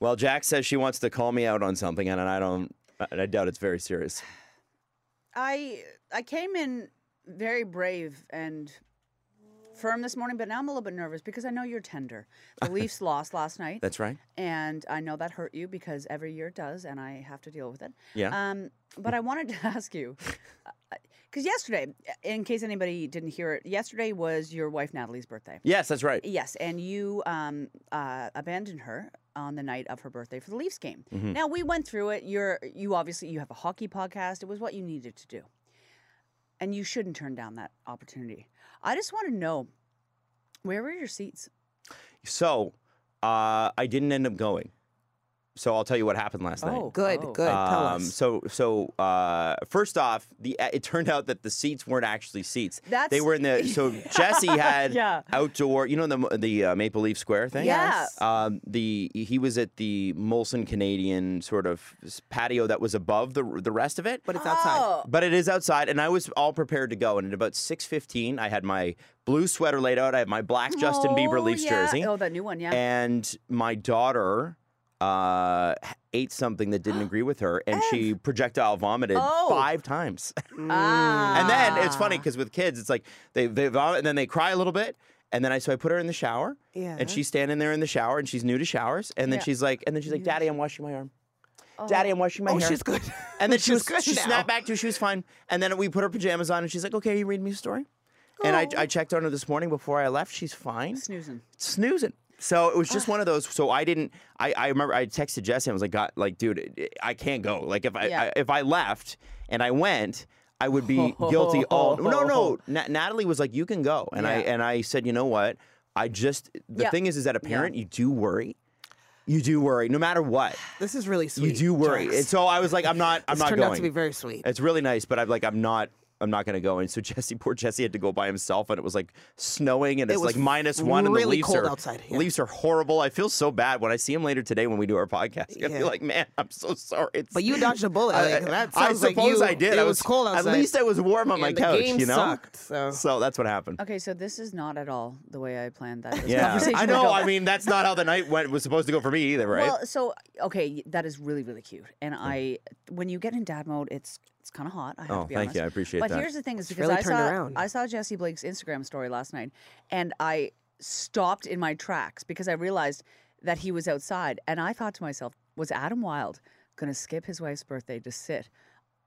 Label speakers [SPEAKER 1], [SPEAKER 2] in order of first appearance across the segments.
[SPEAKER 1] Well, Jack says she wants to call me out on something, and I don't. I I doubt it's very serious.
[SPEAKER 2] I I came in very brave and firm this morning, but now I'm a little bit nervous because I know you're tender. The Leafs lost last night,
[SPEAKER 1] That's right.
[SPEAKER 2] and I know that hurt you because every year it does, and I have to deal with it.
[SPEAKER 1] Yeah.
[SPEAKER 2] Um, but I wanted to ask you, because yesterday, in case anybody didn't hear it, yesterday was your wife Natalie's birthday.
[SPEAKER 1] yes, that's right.
[SPEAKER 2] Yes, and you um, uh, abandoned her on the night of her birthday for the Leafs game.
[SPEAKER 3] Mm-hmm.
[SPEAKER 2] Now we went through it. You're you obviously you have a hockey podcast. It was what you needed to do, and you shouldn't turn down that opportunity. I just want to know where were your seats?
[SPEAKER 1] So, uh, I didn't end up going. So I'll tell you what happened last night.
[SPEAKER 3] Good,
[SPEAKER 2] oh.
[SPEAKER 3] good. Tell
[SPEAKER 1] Um,
[SPEAKER 3] us.
[SPEAKER 1] so, so uh, first off, the uh, it turned out that the seats weren't actually seats. they
[SPEAKER 2] That's-
[SPEAKER 1] were in the so Jesse had
[SPEAKER 2] Yeah.
[SPEAKER 1] outdoor. You know the the uh, Maple Leaf Square thing.
[SPEAKER 2] Yeah.
[SPEAKER 3] Yes.
[SPEAKER 1] Um, the he was at the Molson Canadian sort of patio that was above the the rest of it,
[SPEAKER 3] but it's outside.
[SPEAKER 2] Oh,
[SPEAKER 1] but it is outside, and I was all prepared to go. And at about six fifteen, I had my blue sweater laid out. I had my black Justin Bieber
[SPEAKER 2] Oh,
[SPEAKER 1] Leafs
[SPEAKER 2] yeah.
[SPEAKER 1] jersey,
[SPEAKER 2] Oh, that new one, yeah.
[SPEAKER 1] and my daughter uh, ate something that didn't agree with her, and she projectile vomited
[SPEAKER 2] Oh.
[SPEAKER 1] five times.
[SPEAKER 2] ah.
[SPEAKER 3] Mm.
[SPEAKER 1] and then it's funny because with kids, it's like they they vomit and then they cry a little bit. And then I so I put her in the shower,
[SPEAKER 3] Yeah.
[SPEAKER 1] and she's standing there in the shower, and she's new to showers, and then
[SPEAKER 2] Yeah.
[SPEAKER 1] she's like, and then she's like, "Daddy, I'm washing my arm. Daddy, I'm washing my
[SPEAKER 3] oh,
[SPEAKER 1] hair."
[SPEAKER 3] she's good.
[SPEAKER 1] And then she,
[SPEAKER 3] She's
[SPEAKER 1] was,
[SPEAKER 3] good
[SPEAKER 1] she
[SPEAKER 3] now.
[SPEAKER 1] snapped back to she was fine. And then we put her pajamas on and she's like, okay, you read me a story? And I,
[SPEAKER 3] Oh.
[SPEAKER 1] I checked on her this morning before I left. She's fine.
[SPEAKER 2] snoozing.
[SPEAKER 1] Snoozing. So it was just one of those. So I didn't. I, I remember I texted Jesse. and I was like, God, like, dude, it- it- I can't go. Like, if I,
[SPEAKER 2] Yeah.
[SPEAKER 1] I if I left and I went, I would be guilty all. No, no. Na- Natalie was like, you can go, and I
[SPEAKER 2] Yeah.
[SPEAKER 1] and I said, you know what? I just the
[SPEAKER 2] Yeah.
[SPEAKER 1] thing is, is that a parent, you do worry. You do worry, no matter what.
[SPEAKER 3] This is really sweet.
[SPEAKER 1] You do worry,
[SPEAKER 3] Jax.
[SPEAKER 1] and so I was like, I'm not. I'm
[SPEAKER 3] This
[SPEAKER 1] not
[SPEAKER 3] turned
[SPEAKER 1] going.
[SPEAKER 3] out to be very sweet.
[SPEAKER 1] It's really nice, but I'm like, I'm not. I'm not going to go. And so Jesse, poor Jesse, had to go by himself, and it was like snowing, and it's
[SPEAKER 3] was
[SPEAKER 1] like minus one, and the
[SPEAKER 3] really
[SPEAKER 1] Leafs
[SPEAKER 3] cold
[SPEAKER 1] are
[SPEAKER 3] outside, yeah.
[SPEAKER 1] Leafs are horrible. I feel so bad when I see him later today when we do our podcast. I'm gonna be
[SPEAKER 3] Yeah.
[SPEAKER 1] like, man, I'm so sorry. It's,
[SPEAKER 3] But you dodged a bullet.
[SPEAKER 1] I,
[SPEAKER 3] like, that
[SPEAKER 1] I
[SPEAKER 3] sounds like
[SPEAKER 1] suppose
[SPEAKER 3] you-
[SPEAKER 1] I did.
[SPEAKER 3] It
[SPEAKER 1] I
[SPEAKER 3] was, cold outside.
[SPEAKER 1] At least I was warm on my
[SPEAKER 3] And the
[SPEAKER 1] couch.
[SPEAKER 3] game
[SPEAKER 1] you know,
[SPEAKER 3] sucked, so-
[SPEAKER 1] that's what happened.
[SPEAKER 2] Okay, so this is not at all the way I planned that. this
[SPEAKER 1] Yeah,
[SPEAKER 2] conversation
[SPEAKER 1] I
[SPEAKER 2] would
[SPEAKER 1] know.
[SPEAKER 2] go.
[SPEAKER 1] I mean, that's not how the night went. Was supposed to go for me either, right?
[SPEAKER 2] Well, so okay, y- that is really really cute, and I when you get in dad mode, it's it's kind of hot. I have
[SPEAKER 1] Oh,
[SPEAKER 2] to be
[SPEAKER 1] thank
[SPEAKER 2] honest.
[SPEAKER 1] you, I appreciate
[SPEAKER 2] but
[SPEAKER 1] that.
[SPEAKER 2] But here's the thing: is because
[SPEAKER 3] really
[SPEAKER 2] I
[SPEAKER 3] turned
[SPEAKER 2] saw
[SPEAKER 3] around.
[SPEAKER 2] I saw Jesse Blake's Instagram story last night, and I stopped in my tracks because I realized that he was outside, and I thought to myself, was Adam Wilde going to skip his wife's birthday to sit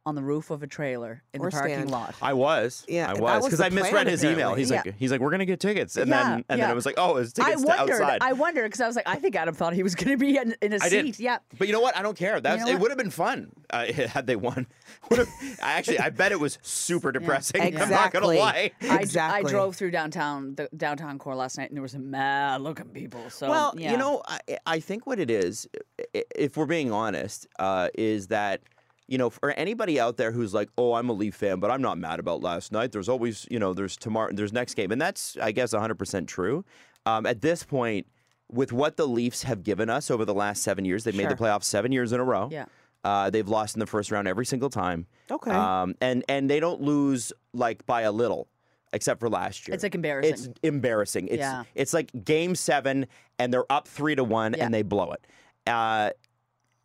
[SPEAKER 2] on the roof of a trailer in
[SPEAKER 3] Or
[SPEAKER 2] the parking
[SPEAKER 3] stand.
[SPEAKER 2] lot?
[SPEAKER 1] I was.
[SPEAKER 3] Yeah,
[SPEAKER 1] I
[SPEAKER 3] that
[SPEAKER 1] was
[SPEAKER 3] was
[SPEAKER 1] because
[SPEAKER 3] the
[SPEAKER 1] I misread
[SPEAKER 3] plan,
[SPEAKER 1] his email.
[SPEAKER 3] apparently.
[SPEAKER 1] He's like, he's like, we're gonna get tickets, and
[SPEAKER 2] Yeah,
[SPEAKER 1] then and then
[SPEAKER 2] yeah.
[SPEAKER 1] I was like, oh, it's
[SPEAKER 2] I
[SPEAKER 1] tickets to
[SPEAKER 2] wondered.
[SPEAKER 1] outside.
[SPEAKER 2] I wondered because I was like, I think Adam thought he was going to be in, in a
[SPEAKER 1] I
[SPEAKER 2] seat.
[SPEAKER 1] did.
[SPEAKER 2] Yeah.
[SPEAKER 1] But you know what? I don't care. That's
[SPEAKER 2] know
[SPEAKER 1] it.
[SPEAKER 2] what?
[SPEAKER 1] Would have been fun uh, had they won. Would've- I actually, I bet it was super depressing. I'm not gonna
[SPEAKER 3] Exactly.
[SPEAKER 1] lie.
[SPEAKER 2] I- I,
[SPEAKER 3] Exactly.
[SPEAKER 2] drove through downtown the downtown core last night, and there was some mad looking people. So
[SPEAKER 1] well,
[SPEAKER 2] yeah.
[SPEAKER 1] you know, I, eh, I think what it is, i- if we're being honest, uh, is that you know, for anybody out there who's like, "Oh, I'm a Leaf fan, but I'm not mad about last night." There's always, you know, there's tomorrow, there's next game, and that's, I guess, 100 percent true. Um, at this point, with what the Leafs have given us over the last seven years, they've made the playoffs seven years in a row.
[SPEAKER 2] Yeah.
[SPEAKER 1] Uh, they've lost in the first round every single time.
[SPEAKER 3] Okay.
[SPEAKER 1] Um, and and they don't lose like by a little, except for last year.
[SPEAKER 2] It's, like, embarrassing.
[SPEAKER 1] It's embarrassing. It's
[SPEAKER 2] Yeah.
[SPEAKER 1] it's like game seven, and they're up three to one,
[SPEAKER 2] Yeah.
[SPEAKER 1] and they blow it. Uh,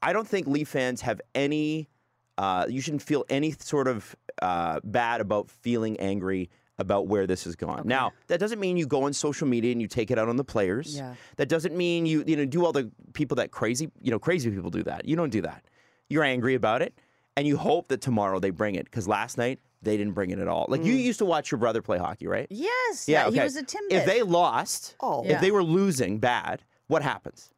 [SPEAKER 1] I don't think Leaf fans have any. Uh, you shouldn't feel any sort of uh, bad about feeling angry about where this has gone. Now, that doesn't mean you go on social media and you take it out on the players.
[SPEAKER 2] Yeah.
[SPEAKER 1] That doesn't mean you you know do all the people that crazy you know crazy people do that. You don't do that. You're angry about it, and you hope that tomorrow they bring it because last night they didn't bring it at all. Like you
[SPEAKER 2] Mm.
[SPEAKER 1] used to watch your brother play hockey, right?
[SPEAKER 2] yes, yeah, he
[SPEAKER 1] okay.
[SPEAKER 2] was a timid.
[SPEAKER 1] If they lost,
[SPEAKER 3] Oh.
[SPEAKER 1] if they were losing bad, what happens?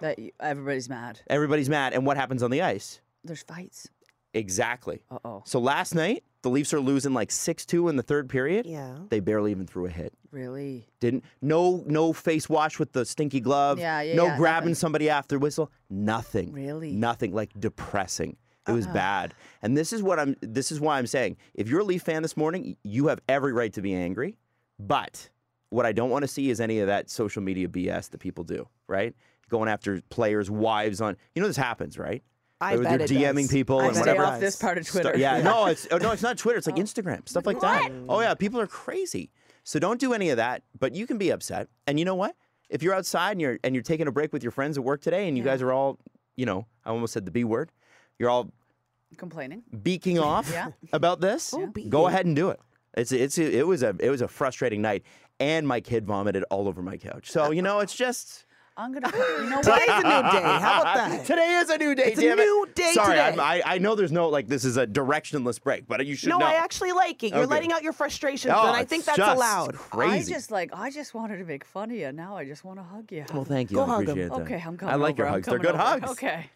[SPEAKER 2] that you- everybody's mad.
[SPEAKER 1] Everybody's mad, and what happens on the ice?
[SPEAKER 2] There's fights.
[SPEAKER 1] Exactly.
[SPEAKER 2] Uh oh,
[SPEAKER 1] So last night, the Leafs are losing like six two in the third period.
[SPEAKER 3] Yeah.
[SPEAKER 1] They barely even threw a hit.
[SPEAKER 2] really?
[SPEAKER 1] Didn't no no face wash with the stinky glove.
[SPEAKER 2] Yeah, yeah,
[SPEAKER 1] No
[SPEAKER 2] yeah,
[SPEAKER 1] grabbing
[SPEAKER 2] nothing.
[SPEAKER 1] somebody after whistle. Nothing.
[SPEAKER 2] Really?
[SPEAKER 1] Nothing. Like depressing. It
[SPEAKER 3] Uh-huh.
[SPEAKER 1] was bad. And this is what I'm. This is why I'm saying, if you're a Leaf fan this morning, y- you have every right to be angry. But what I don't want to see is any of that social media BS that people do. Right? Going after players' wives on. You know this happens, right?
[SPEAKER 3] I
[SPEAKER 1] they're,
[SPEAKER 3] bet
[SPEAKER 1] they're
[SPEAKER 3] it
[SPEAKER 1] DMing
[SPEAKER 3] does.
[SPEAKER 1] people
[SPEAKER 3] I
[SPEAKER 1] and
[SPEAKER 3] bet it
[SPEAKER 2] Stay
[SPEAKER 1] whatever.
[SPEAKER 2] off this part of
[SPEAKER 1] Stu-
[SPEAKER 2] Twitter.
[SPEAKER 1] Yeah, no, it's oh, no, it's not Twitter. It's like Instagram stuff like that. Oh yeah, people are crazy. So don't do any of that. But you can be upset, and you know what? if you're outside and you're and you're taking a break with your friends at work today, and you guys are all, you know, I almost said the B word, you're all
[SPEAKER 2] complaining.
[SPEAKER 1] beaking off
[SPEAKER 2] Yeah.
[SPEAKER 1] about this,
[SPEAKER 3] Oh,
[SPEAKER 1] go ahead and do it. It's it's it was a it was a frustrating night, and my kid vomited all over my couch. So you know, it's just.
[SPEAKER 2] I'm gonna. You know
[SPEAKER 3] Today's a new day.
[SPEAKER 2] what?
[SPEAKER 3] How about that?
[SPEAKER 1] Today is a new day.
[SPEAKER 3] It's a
[SPEAKER 1] damn it.
[SPEAKER 3] new day
[SPEAKER 1] Sorry,
[SPEAKER 3] today.
[SPEAKER 1] I'm- I, I know there's no like this is a directionless break, but you should
[SPEAKER 3] No,
[SPEAKER 1] know.
[SPEAKER 3] I actually like it. You're
[SPEAKER 1] Okay.
[SPEAKER 3] letting out your frustrations,
[SPEAKER 1] Oh,
[SPEAKER 3] and I
[SPEAKER 1] it's
[SPEAKER 3] think that's
[SPEAKER 1] just
[SPEAKER 3] allowed.
[SPEAKER 1] Crazy.
[SPEAKER 2] I just like I just wanted to make fun of you. Now I just want to hug you.
[SPEAKER 1] well, thank you.
[SPEAKER 3] Go
[SPEAKER 1] I
[SPEAKER 3] hug 'em.
[SPEAKER 1] appreciate that.
[SPEAKER 2] okay, I'm coming.
[SPEAKER 1] I like your
[SPEAKER 2] over. I'm
[SPEAKER 1] hugs. They're
[SPEAKER 2] coming
[SPEAKER 1] good
[SPEAKER 2] over.
[SPEAKER 1] hugs.
[SPEAKER 2] Okay.